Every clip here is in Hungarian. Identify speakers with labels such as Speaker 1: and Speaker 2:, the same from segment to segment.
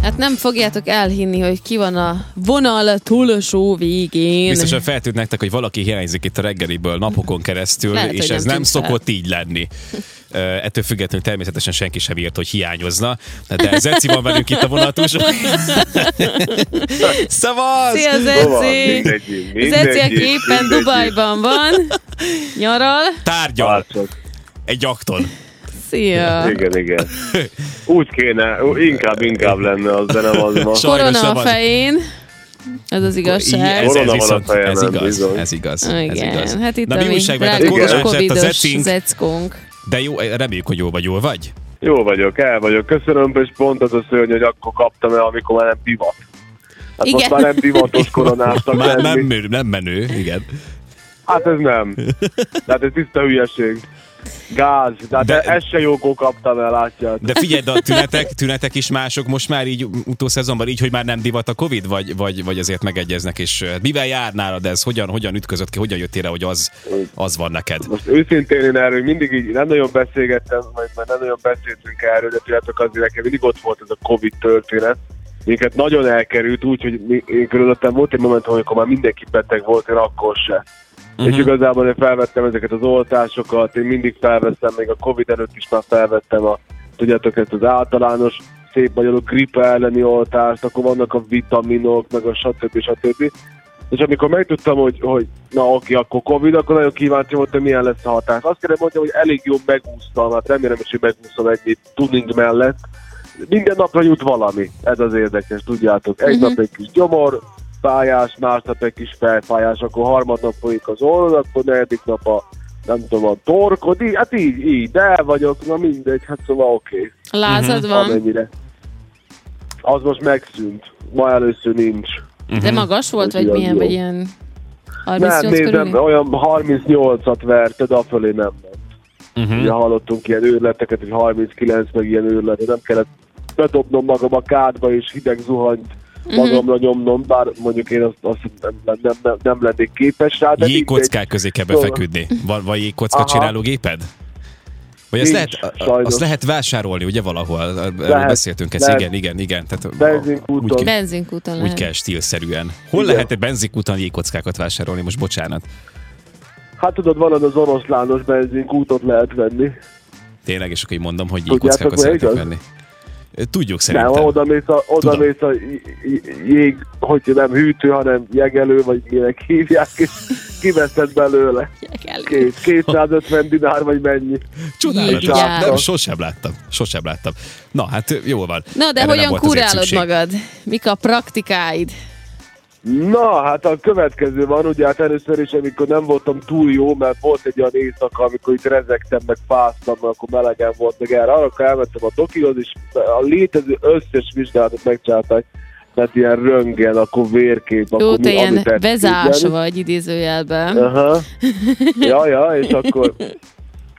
Speaker 1: Hát nem fogjátok elhinni, hogy ki van a vonal túlsó végén.
Speaker 2: Biztosan feltűnt nektek, hogy valaki hiányzik itt a reggeliből napokon keresztül,
Speaker 1: Lehet,
Speaker 2: Lehet,
Speaker 1: hogy
Speaker 2: és
Speaker 1: nem
Speaker 2: ez nem,
Speaker 1: tűnt fel.
Speaker 2: szokott így lenni. Ö, Ettől függetlenül természetesen senki sem írt, hogy hiányozna. De Zeci van velünk itt a vonatús. Szavaz!
Speaker 1: Szia
Speaker 3: Hol van?
Speaker 1: Zeci!
Speaker 3: Mindegyik,
Speaker 1: Zeci,
Speaker 3: mindegyik,
Speaker 1: aki éppen
Speaker 3: mindegyik.
Speaker 1: Dubajban van, nyaral.
Speaker 2: Tárgyal
Speaker 3: Arcok.
Speaker 2: egy akton.
Speaker 1: Szia!
Speaker 3: Igen, igen. Úgy kéne, ú, inkább, inkább lenne az, de nem az ma.
Speaker 2: Sajnos
Speaker 1: Korona
Speaker 2: nem
Speaker 1: a
Speaker 2: az.
Speaker 1: fején. Ez az
Speaker 2: Igen,
Speaker 1: igazság.
Speaker 2: Ez,
Speaker 3: Korona
Speaker 2: ez,
Speaker 3: van a
Speaker 2: viszont, ez
Speaker 3: fejemen,
Speaker 2: igaz,
Speaker 3: bizony.
Speaker 2: ez igaz, ez
Speaker 1: hát-
Speaker 2: igaz.
Speaker 1: Igen, hát itt
Speaker 2: Na
Speaker 1: a
Speaker 2: mi
Speaker 1: mi
Speaker 2: újság, mert a
Speaker 1: drága
Speaker 2: koronás lett a
Speaker 1: covidos
Speaker 2: zecink,
Speaker 1: zeckónk.
Speaker 2: de jó, reméljük, hogy jól vagy, jól vagy.
Speaker 3: Jó vagyok, el vagyok. Köszönöm, és pont az a szörny, hogy akkor kaptam el, amikor már nem divat. Hát
Speaker 1: Igen.
Speaker 3: most már nem divatos koronáztak
Speaker 2: Már nem,
Speaker 3: lenni.
Speaker 2: menő, nem menő, igen.
Speaker 3: Hát ez nem. Tehát ez tiszta hülyeség. Gáz, de,
Speaker 2: De-
Speaker 3: de ezt se jókó kaptam el, látját.
Speaker 2: De figyelj, de a tünetek, tünetek is mások most már így utószezonban, így, hogy már nem divat a Covid, vagy, vagy, vagy azért megegyeznek, és hát mivel jár nálad ez, hogyan, hogyan ütközött ki, hogyan jöttél rá, hogy az, az van neked?
Speaker 3: Hát Most őszintén én erről mindig így nem nagyon beszélgettem, majd már nem nagyon beszéltünk erről, de tudjátok azért nekem mindig ott volt ez a Covid történet. Minket nagyon elkerült úgy, hogy mi- én körülöttem volt egy momentum, amikor már mindenki beteg volt, én akkor se. Uh-huh. És igazából én felvettem ezeket az oltásokat, én mindig felvettem, még a Covid előtt is már felvettem a, tudjátok, ezt az általános szép magyarul gripe elleni oltást, akkor vannak a vitaminok, meg a stb. stb. És amikor megtudtam, hogy, hogy na oké, akkor Covid, akkor nagyon kíváncsi voltam, milyen lesz a hatás. Azt kell mondjam, hogy elég jó megúsztam, hát remélem is, hogy megúszom egy tuning mellett. Minden napra jut valami, ez az érdekes, tudjátok. Egy nap egy kis gyomor, fájás, másnap egy kis felfájás, akkor harmadnap folyik az orrod, akkor negyedik nap a nem tudom, a torkod, így, hát így, így, de el vagyok, na mindegy, hát szóval oké,
Speaker 2: Mhm.
Speaker 1: Lázad van,
Speaker 3: amennyire. Az most megszűnt, ma először nincs.
Speaker 1: de
Speaker 2: Mhm,
Speaker 1: magas volt, vagy
Speaker 3: Úgyhogy az
Speaker 1: milyen,
Speaker 3: jó.
Speaker 1: vagy ilyen 38
Speaker 3: Nem, nézem,
Speaker 1: körül?
Speaker 3: olyan 38-at verted, afölé nem ment.
Speaker 2: mhm.
Speaker 3: Uh-huh.
Speaker 2: Hmm.
Speaker 3: Ugye hallottunk ilyen őrleteket, hogy 39, meg ilyen őrletet, nem kellett bedobnom magam a kádba, és hideg zuhanyt
Speaker 2: Hmm.
Speaker 3: magamra nyomnom, bár mondjuk én azt, azt nem, nem, nem, nem lennék képes rá, de
Speaker 2: Jégkockák közé kell
Speaker 3: Jó.
Speaker 2: befeküdni. Van, van jégkocka
Speaker 3: Szóval. Aha.
Speaker 2: csinálógéped? Vagy azt
Speaker 3: Nincs,
Speaker 2: lehet,
Speaker 3: sajnos.
Speaker 2: azt lehet vásárolni, ugye valahol? Erről
Speaker 3: Lehet,
Speaker 2: beszéltünk, ez
Speaker 3: lehet.
Speaker 2: igen, igen, igen. Tehát
Speaker 3: Benzinkúton.
Speaker 2: Úgy, kell-
Speaker 1: Benzinkúton
Speaker 2: úgy
Speaker 1: lehet.
Speaker 2: kell stílszerűen. Hol
Speaker 3: Igen.
Speaker 2: lehet egy benzinkúton jégkockákat vásárolni? Most bocsánat.
Speaker 3: Hát tudod, van az oroszlános benzinkútot lehet venni.
Speaker 2: Tényleg, és akkor így mondom, hogy
Speaker 3: Tudjátok,
Speaker 2: jégkockákat
Speaker 3: hogy
Speaker 2: szeretnék
Speaker 3: igaz?
Speaker 2: venni. Tudjuk
Speaker 3: Nem,
Speaker 2: szerintem.
Speaker 3: oda mész a, oda
Speaker 2: Tudom.
Speaker 3: mész a j- j- jég, hogy nem hűtő, hanem jegelő, vagy minek hívják, és kiveszed belőle.
Speaker 1: Kell.
Speaker 3: Két, 250 dinár, vagy mennyi.
Speaker 2: Csodálatos.
Speaker 1: Jégjár.
Speaker 2: Nem, sosem láttam. Sosem láttam. Na, hát jól van.
Speaker 1: Na, de
Speaker 2: Erre nem
Speaker 1: hogyan
Speaker 2: volt azért
Speaker 1: kurálod
Speaker 2: szükség.
Speaker 1: magad? Mik a praktikáid?
Speaker 3: Na, hát a következő van, ugye hát először is, amikor nem voltam túl jó, mert volt egy olyan éjszaka, amikor itt rezegtem, meg fáztam, meg akkor melegen volt, meg erre. Arra akkor elmentem a dokihoz, és a létező összes vizsgálatot megcsinálták, tehát ilyen röntgen, akkor vérkép,
Speaker 1: Jó,
Speaker 3: akkor
Speaker 1: te ilyen
Speaker 3: amit el tudsz
Speaker 1: vezás
Speaker 3: képzelni.
Speaker 1: vagy idézőjelben.
Speaker 3: Aha. Ja, ja, és akkor...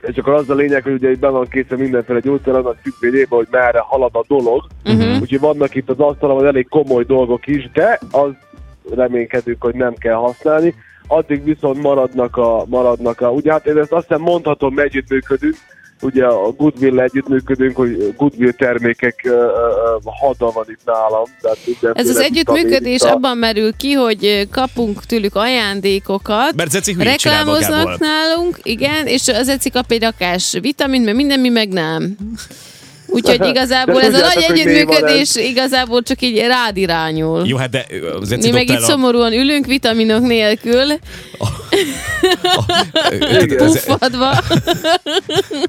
Speaker 3: És akkor az a lényeg, hogy ugye itt be van készen mindenféle gyógyszer, annak függvényében, hogy merre halad a dolog.
Speaker 1: Mhm.
Speaker 3: Uh-huh. Úgyhogy vannak itt az asztalon elég komoly dolgok is, de az reménykedünk, hogy nem kell használni. Addig viszont maradnak a, maradnak a, ugye hát én ezt azt hiszem mondhatom, mert együttműködünk, ugye a Goodwill együttműködünk, hogy Goodwill termékek ö, ö, ö, hada van itt nálam. Tehát
Speaker 1: Ez az
Speaker 3: mindenféle
Speaker 1: együttműködés
Speaker 3: vitamin,
Speaker 1: abban merül ki, hogy ö, kapunk tőlük ajándékokat,
Speaker 2: Mert Zeci hülyét csinál magából.
Speaker 1: reklámoznak nálunk, igen, és az Eci kap egy rakás vitamint, mert minden mi meg nem. Úgyhogy igazából
Speaker 3: De
Speaker 1: ez a nagy
Speaker 3: tudjátok, hogy mi
Speaker 1: együttműködés igazából csak így rád irányul.
Speaker 2: Jó, hát de ö, az
Speaker 1: Mi
Speaker 2: Eci
Speaker 1: meg
Speaker 2: dobta
Speaker 1: itt
Speaker 2: el a...
Speaker 1: szomorúan ülünk vitaminok nélkül,
Speaker 2: ö, ö, tehát ez-
Speaker 1: puffadva.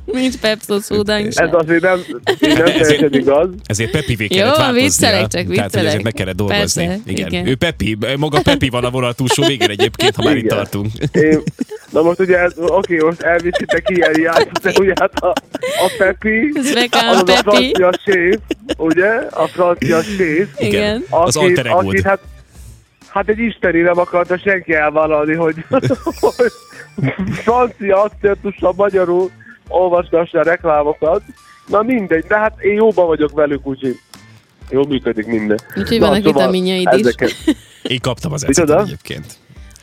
Speaker 1: Nincs pepszó szódánk sem.
Speaker 3: Ez azért nem, így nem
Speaker 2: Ezért-
Speaker 3: teljesen igaz.
Speaker 2: Ezért Pepivé
Speaker 1: Jó,
Speaker 2: kellett változnia.
Speaker 1: viccelek csak,
Speaker 2: Tehát, hogy ezért
Speaker 1: viccelek.
Speaker 2: meg kellett dolgozni.
Speaker 1: Persze,
Speaker 2: igen.
Speaker 1: igen.
Speaker 2: Ő Pepi, maga Pepi van a vonal túlsó végén egyébként, ha már itt
Speaker 3: Igen.
Speaker 2: tartunk.
Speaker 3: Én, na most ugye, ez, oké, most elviszitek ilyen játszott, de ugye hát a, a Pepi,
Speaker 1: Ez reklám,
Speaker 3: az a
Speaker 1: Pepi.
Speaker 3: francia séf, ugye? A francia séf.
Speaker 1: Igen.
Speaker 2: Az
Speaker 3: akit-
Speaker 2: alter egód.
Speaker 3: akit Hát, hát egy isteni nem akarta senki elvállalni, hogy, hogy francia akcentussal magyarul olvasgassa a reklámokat. Na mindegy, de hát én jóban vagyok velük, úgyhogy jól működik minden.
Speaker 1: Úgyhogy
Speaker 3: Na,
Speaker 1: vannak
Speaker 3: szóval
Speaker 1: vitaminjaid is.
Speaker 3: ezeket-
Speaker 2: Én kaptam az Ecit
Speaker 3: Micsoda?
Speaker 2: egyébként.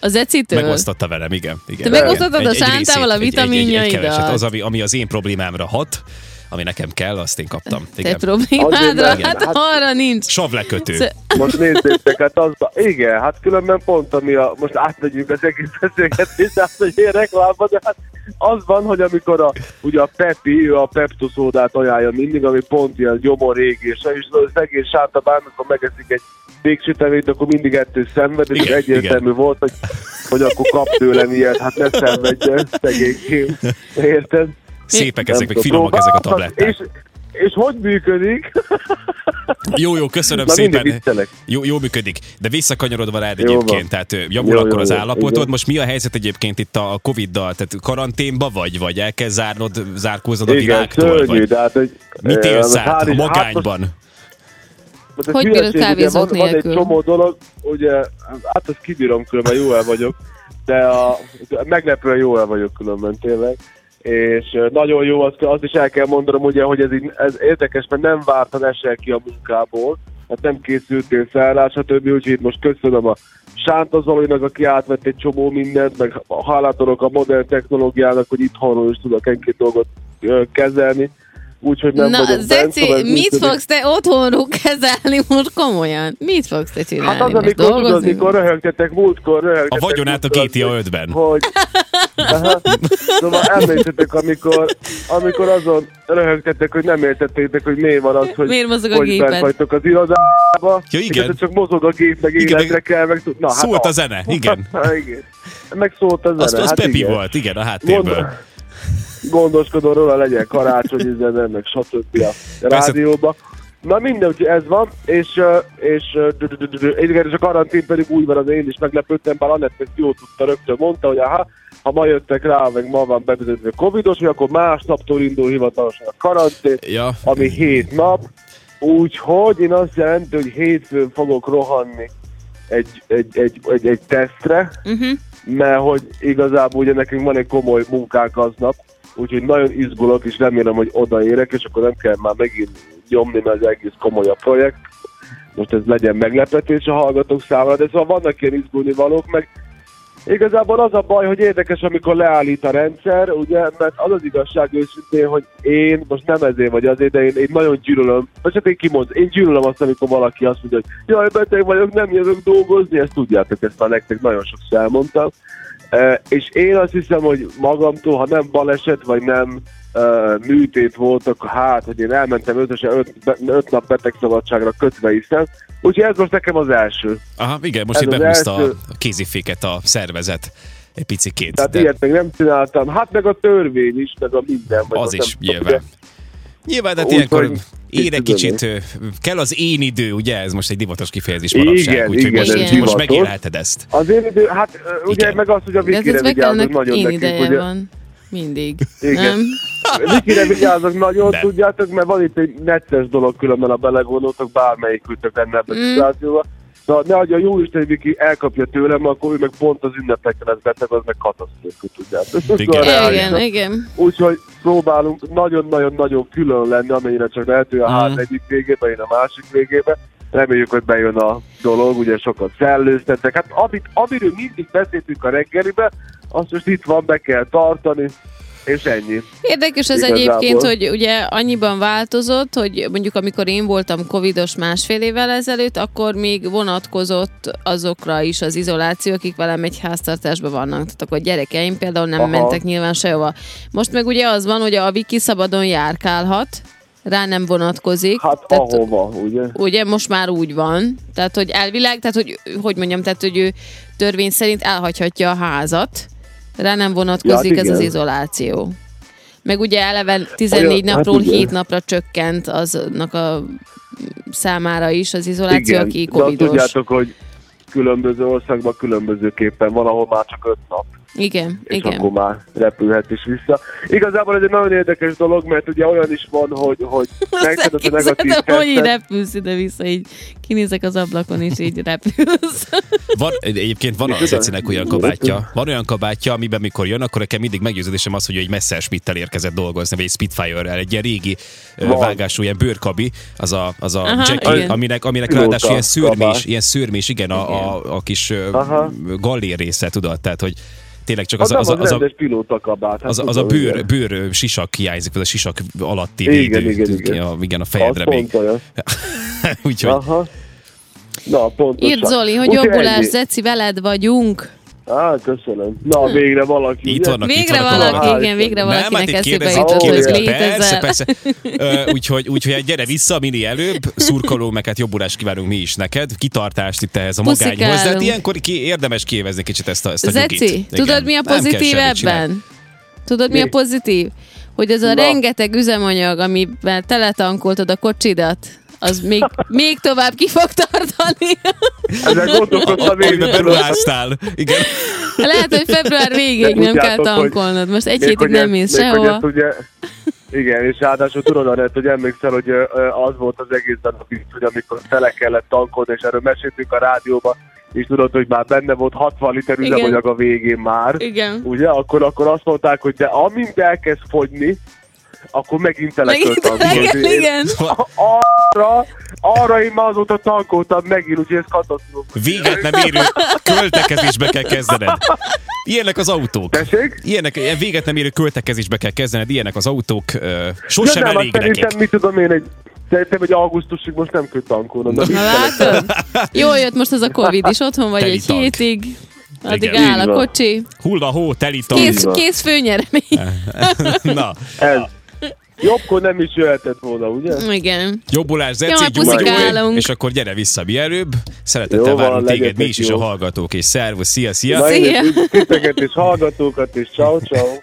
Speaker 1: Az Ecitől?
Speaker 2: Megosztotta velem, igen. igen.
Speaker 1: Te megosztottad
Speaker 2: Igen.
Speaker 1: a
Speaker 2: Egy- egy
Speaker 1: Sántával
Speaker 2: részét,
Speaker 1: a
Speaker 2: egy- egy- egy- egy
Speaker 1: vitaminjaidat?
Speaker 2: keveset. Az, ami, ami az én problémámra hat, ami nekem kell, azt én kaptam.
Speaker 1: Te
Speaker 2: Igen.
Speaker 3: Azért
Speaker 1: problémádra,
Speaker 3: nem.
Speaker 1: hát
Speaker 3: Hát-
Speaker 1: arra nincs.
Speaker 2: Savlekötő.
Speaker 1: Sz-
Speaker 3: Most nézzétek, hát az, igen, hát különben pont ami a, most átmegyünk az egész beszélgetést, hát hogy én reklámba, de hát az van, hogy amikor a, ugye a Pepi, ő a Pepto szódát ajánlja mindig, ami pont ilyen gyomorégés, és az egész sárta bán, amikor megeszik egy végsüteményt, akkor mindig ettől szenved, és
Speaker 2: Igen,
Speaker 3: egyértelmű volt, hogy, hogy akkor kap tőlem ilyet, hát ne szenvedjen, szegényként, érted?
Speaker 2: Szépek ezek,
Speaker 3: Nem
Speaker 2: meg
Speaker 3: tudom,
Speaker 2: finomak ezek a
Speaker 3: próbáltam,
Speaker 2: tabletták.
Speaker 3: És, és hogy működik?
Speaker 2: Jó, jó, köszönöm
Speaker 3: Na, mindig
Speaker 2: szépen.
Speaker 3: viccelek.
Speaker 2: Jó, jó működik. De visszakanyarodva rád
Speaker 3: Jó
Speaker 2: egyébként,
Speaker 3: van.
Speaker 2: tehát ö, javul
Speaker 3: Jó,
Speaker 2: akkor
Speaker 3: jó,
Speaker 2: az
Speaker 3: jó,
Speaker 2: állapotod.
Speaker 3: igen.
Speaker 2: Most mi a helyzet egyébként itt a Covid-dal? Tehát karanténba vagy, vagy el kell zárnod, zárkóznod a
Speaker 3: Igen,
Speaker 2: világtól?
Speaker 3: szörnyű,
Speaker 2: Vagy
Speaker 3: de hát, hogy...
Speaker 2: mit
Speaker 3: eh,
Speaker 2: élsz át
Speaker 3: hát
Speaker 2: a
Speaker 3: is- hát most-
Speaker 2: magányban?
Speaker 3: Most ez
Speaker 1: Hogy
Speaker 3: hülyeség,
Speaker 1: bírod kávézót
Speaker 3: ugye, van, van
Speaker 1: nélkül?
Speaker 3: egy csomó dolog, ugye, hát azt kibírom különben, jó el vagyok, de a, de meglepően jó el vagyok különben tényleg. És ö, nagyon jó, azt, azt is el kell mondanom, ugye, hogy ez, így, ez érdekes, mert nem vártan esel ki a munkából, hát nem készültél fel rá, stb. Úgyhogy itt most köszönöm a Sánta Zolinak, aki átvett egy csomó mindent, meg hálátorok a modern technológiának, hogy itthonról is tudok egy-két dolgot ö, kezelni. Úgyhogy nem
Speaker 1: Na,
Speaker 3: vagyok bent,
Speaker 1: Zeci,
Speaker 3: szóval ez
Speaker 1: mit
Speaker 3: működik.
Speaker 1: fogsz te otthonról kezelni most komolyan? Mit fogsz te csinálni?
Speaker 3: Hát az,
Speaker 1: most
Speaker 3: amikor, tudod,
Speaker 1: dolgozni?
Speaker 3: amikor röhögtetek, múltkor
Speaker 2: A
Speaker 3: röhögtetek.
Speaker 2: vagyonát a
Speaker 3: múltkor,
Speaker 2: GTA 5-ben.
Speaker 3: Hogy... Aha. Szóval emlékszetek, amikor, amikor azon röhögtetek, hogy nem értettétek, hogy miért van az, hogy
Speaker 1: Miért mozog a
Speaker 3: hogy
Speaker 1: géped?
Speaker 3: bent vagytok az irodába,
Speaker 2: Ja, igen.
Speaker 3: és egyszer csak mozog a gép, meg
Speaker 2: Igen,
Speaker 3: életre
Speaker 2: meg-
Speaker 3: kell, meg tud... Na, hát
Speaker 2: Szólt a
Speaker 3: az.
Speaker 2: zene, igen.
Speaker 3: Hát, igen. Meg szólt a zene,
Speaker 2: Az, az
Speaker 3: hát
Speaker 2: Pepi
Speaker 3: igen.
Speaker 2: volt, igen, a
Speaker 3: Gond-
Speaker 2: háttérből.
Speaker 3: gondoskodom róla, legyen karácsonyi zene, meg stb. a
Speaker 2: Persze.
Speaker 3: rádióba. Na minden, úgyhogy ez van, és, ö, és, ö, dü-dü-dü-dü-dü. igen, és a karantén pedig úgy van, az én is meglepődtem, bár Anett ezt jól tudta, rögtön mondta, hogy aha, ha ma jöttek rá, meg ma van bevezetve covidos, hogy akkor másnaptól indul hivatalosan a karantén,
Speaker 2: Ja.
Speaker 3: ami 7 nap, úgyhogy én azt jelenti, hogy hétfőn fogok rohanni egy, egy, egy, egy, egy tesztre,
Speaker 1: Uh-huh.
Speaker 3: mert hogy igazából ugye nekünk van egy komoly munkánk aznap, úgyhogy nagyon izgulok, és remélem, hogy odaérek, és akkor nem kell már megint nyomni, mert az egész komoly a projekt. Most ez legyen meglepetés a hallgatók számára, de szóval vannak ilyen izgulni valók, meg igazából az a baj, hogy érdekes, amikor leállít a rendszer, ugye, mert az az igazság őszintén, hogy én most nem ezért vagy azért, de én, én nagyon gyűlölöm, most hát én kimondom, én gyűlölöm azt, amikor valaki azt mondja, hogy jaj, beteg vagyok, nem jövök dolgozni, ezt tudjátok, ezt már nektek nagyon sokszor elmondtam, E, és én azt hiszem, hogy magamtól, ha nem baleset, vagy nem e, műtét volt, akkor hát, hogy én elmentem összesen öt, be- öt nap betegszabadságra kötve hiszem. Úgyhogy ez most nekem az első.
Speaker 2: Aha, igen, most
Speaker 3: Ez
Speaker 2: itt
Speaker 3: az
Speaker 2: behúzta a
Speaker 3: első.
Speaker 2: a kéziféket a szervezet egy picikét.
Speaker 3: Tehát
Speaker 2: de-
Speaker 3: De... ilyet még nem csináltam. Hát meg a törvény is, meg a minden. Vagy
Speaker 2: Az
Speaker 3: most
Speaker 2: is,
Speaker 3: nem tudom,
Speaker 2: nyilván. Nyilván, tehát
Speaker 3: Úgy,
Speaker 2: ilyenkor
Speaker 3: hogy
Speaker 2: ér egy
Speaker 3: kicsit
Speaker 2: kicsit, ö, kell az én idő, ugye? Ez most egy divatos kifejezés
Speaker 3: Igen,
Speaker 2: manapság, úgyhogy
Speaker 3: igen,
Speaker 2: most,
Speaker 1: ez
Speaker 2: most
Speaker 1: divatos.
Speaker 2: megélheted ezt.
Speaker 3: Az én idő, hát ö, ugye
Speaker 2: Igen.
Speaker 3: meg az, hogy a
Speaker 1: De
Speaker 3: Vikire
Speaker 1: ez be kellene,
Speaker 3: vigyázok nagyon
Speaker 1: én
Speaker 3: nekik,
Speaker 1: ideje
Speaker 3: ugye.
Speaker 1: van. Mindig.
Speaker 3: Igen.
Speaker 1: Nem?
Speaker 3: Vikire vigyázok nagyon,
Speaker 2: Nem.
Speaker 3: tudjátok, mert van itt egy necces dolog különben, a belegondoltok, bármelyikültök lenne ebben
Speaker 1: Mm.
Speaker 3: a szituációban. Na, ne adja, jó Isten, Viki elkapja tőlem, akkor ő meg pont az ünnepeken lesz beteg, az meg katasztrófa, tudjátok.
Speaker 2: Igen. Igen.
Speaker 3: Szóval reális.
Speaker 1: Igen, igen.
Speaker 3: Úgyhogy próbálunk nagyon-nagyon-nagyon külön lenni, amennyire csak lehető, a
Speaker 2: Mhm.
Speaker 3: hát egyik végébe, én a másik végébe. Reméljük, hogy bejön a dolog, ugye sokat szellőztettek. Hát amit, amiről mindig beszéltünk a reggelibe, azt most itt van, be kell tartani, és ennyi.
Speaker 1: Érdekes ez
Speaker 3: Igazából.
Speaker 1: egyébként, hogy ugye annyiban változott, hogy mondjuk amikor én voltam covidos másfél évvel ezelőtt, akkor még vonatkozott azokra is az izoláció, akik velem egy háztartásban vannak. Tehát akkor a gyerekeim például nem Aha.
Speaker 3: Aha.
Speaker 1: mentek nyilván sehova. Most meg ugye az van, hogy a Viki szabadon járkálhat, rá nem vonatkozik.
Speaker 3: Hát
Speaker 1: Tehát
Speaker 3: ahova, ugye?
Speaker 1: ugye most már úgy van, tehát hogy elvileg, tehát hogy, hogy mondjam, tehát hogy ő törvény szerint elhagyhatja a házat, rá nem vonatkozik ja,
Speaker 3: Ja, hát
Speaker 1: ez az
Speaker 3: igen.
Speaker 1: izoláció. Meg ugye eleve 14
Speaker 3: Olyan- hát
Speaker 1: napról
Speaker 3: igen.
Speaker 1: 7 napra csökkent aznak a számára is az izoláció,
Speaker 3: Igen,
Speaker 1: aki
Speaker 3: de azt
Speaker 1: covidos.
Speaker 3: tudjátok, hogy különböző országban különbözőképpen van, ahol már csak öt nap.
Speaker 1: Igen,
Speaker 3: és Igen.
Speaker 1: igen.
Speaker 3: akkor már repülhet is vissza. Igazából ez egy nagyon érdekes dolog, mert ugye olyan is van, hogy, hogy megtudod a negatív
Speaker 1: Elképzeltem, hogy így
Speaker 3: tesztet.
Speaker 1: repülsz ide-vissza, így kinézek az ablakon, és így repülsz.
Speaker 2: Van, egyébként van az Ecinek olyan kabátja, van olyan kabátja, amiben mikor jön, akkor nekem mindig meggyőződésem az, hogy ő egy Messerschmittel érkezett dolgozni, vagy egy Spitfire-rel, egy ilyen régi ö,
Speaker 3: Van.
Speaker 2: vágású, ilyen bőrkabi, az a, az a
Speaker 1: Aha,
Speaker 2: jacket,
Speaker 1: igen.
Speaker 2: aminek, aminek
Speaker 3: Pilóta
Speaker 2: ráadásul ilyen szőrmés,
Speaker 3: kabát.
Speaker 2: ilyen szőrmés, igen, a, a, a kis ö,
Speaker 3: Aha.
Speaker 2: gallér része, tudod, tehát, hogy Tényleg csak az,
Speaker 3: Az, nem
Speaker 2: az, az, az, a,
Speaker 3: rendes pilóta kabát. Hát
Speaker 2: az, az a
Speaker 3: tudom,
Speaker 2: bőr,
Speaker 3: igen.
Speaker 2: bőr sisak hiányzik, vagy a sisak alatti
Speaker 3: Igen,
Speaker 2: védő.
Speaker 3: igen, igen.
Speaker 2: A, igen, a
Speaker 3: Az
Speaker 2: fejedre
Speaker 3: pont
Speaker 2: még.
Speaker 3: olyan.
Speaker 2: Úgyhogy
Speaker 3: Aha. Na, pontosan.
Speaker 1: Írd Zoli, hogy
Speaker 3: Úgyhogy
Speaker 1: jobbulás,
Speaker 3: ennyi.
Speaker 1: Zeci, veled vagyunk.
Speaker 3: Á, köszönöm. Na, végre valaki.
Speaker 2: Itt
Speaker 3: ugye?
Speaker 2: vannak. itt
Speaker 1: Végre
Speaker 2: vannak
Speaker 1: valaki,
Speaker 3: valahol.
Speaker 1: igen, végre valakinek eszébe
Speaker 2: hát
Speaker 1: jutott, hogy
Speaker 2: kérdezik,
Speaker 3: hát kérdezik,
Speaker 1: létezel.
Speaker 2: persze, persze. Ö, Úgyhogy, úgyhogy hát gyere vissza, minél előbb, szurkoló, meg hát jobbulást kívánunk mi is neked, kitartást itt ehhez a magányhoz, de hát
Speaker 1: Puszikálunk.
Speaker 2: ilyenkor ki, érdemes kiévezni kicsit ezt a, ezt a
Speaker 1: Zeci,
Speaker 2: nyugit. Igen.
Speaker 1: tudod mi a
Speaker 2: Nem kell
Speaker 1: pozitív
Speaker 2: semmit csinálni.
Speaker 1: ebben? Tudod mi a
Speaker 3: Mi?
Speaker 1: pozitív? Hogy ez a
Speaker 3: Na.
Speaker 1: rengeteg üzemanyag, amivel teletankoltod a kocsidat, az még, még tovább ki fog tartani.
Speaker 3: Ezzel gondolkodtam én,
Speaker 2: Amiben
Speaker 3: is, tudod.
Speaker 2: beruháztál. Igen.
Speaker 1: Lehet, hogy február végéig
Speaker 3: De
Speaker 1: nem kell
Speaker 3: tudjátok, hogy-
Speaker 1: tankolnod. Most egy
Speaker 3: Még
Speaker 1: hétig
Speaker 3: hogy
Speaker 1: nem
Speaker 3: ez-
Speaker 1: mész
Speaker 3: még hogy
Speaker 1: sehova.
Speaker 3: ezt Ugye, igen, és ráadásul tudod, Anett, hogy emlékszel, hogy ö, ö, az volt az egész nap is, hogy amikor tele kellett tankolni, és erről meséltünk a rádióba, és tudod, hogy már benne volt 60 liter
Speaker 1: Igen.
Speaker 3: üzemanyag a végén már.
Speaker 1: Igen.
Speaker 3: Ugye, akkor, akkor azt mondták, hogy de amint elkezd fogyni, akkor megint tele kell
Speaker 1: Megint
Speaker 3: tankolni.
Speaker 1: reggel, igen.
Speaker 3: Arra, arra én már azóta tankoltam megint, úgyhogy ez katasztrófa.
Speaker 2: Véget nem érő költekezésbe kell kezdened. Ilyenek az autók.
Speaker 3: Tessék?
Speaker 2: Ilyenek, ilyen véget nem érő költekezésbe kell kezdened, ilyenek az autók, ö, sosem
Speaker 3: Ja, nem,
Speaker 2: elég
Speaker 3: hát
Speaker 2: nekik.
Speaker 3: Szerintem, mit tudom én, egy, szerintem, hogy augusztusig most nem kell tankolnom. de
Speaker 1: Na látod? Jól jött most ez a Covid is. Otthon vagy
Speaker 2: Teli
Speaker 1: egy
Speaker 2: tank.
Speaker 1: hétig. Addig
Speaker 2: Igen.
Speaker 1: áll
Speaker 3: Így
Speaker 1: a
Speaker 3: van.
Speaker 1: kocsi.
Speaker 2: Hull a hó, teli tank.
Speaker 1: Kész,
Speaker 3: van.
Speaker 1: kész főnyeremény.
Speaker 2: Na,
Speaker 3: Ez. Jobbkor nem is jöhetett volna, ugye?
Speaker 1: Mm. Igen.
Speaker 2: jobbulás,
Speaker 1: Jó,
Speaker 2: Zeci,
Speaker 1: hát
Speaker 2: Gyuri,
Speaker 1: puszikálunk.
Speaker 2: Gyuri, és akkor gyere vissza mielőbb. Szeretettel
Speaker 3: Jó van,
Speaker 2: várunk téged, mi
Speaker 3: legyetek
Speaker 2: is, és
Speaker 3: jó.
Speaker 2: a hallgatók, és szervusz, szia, szia.
Speaker 3: Na, én
Speaker 1: Szia.
Speaker 3: is titeket és hallgatókat, és ciao ciao.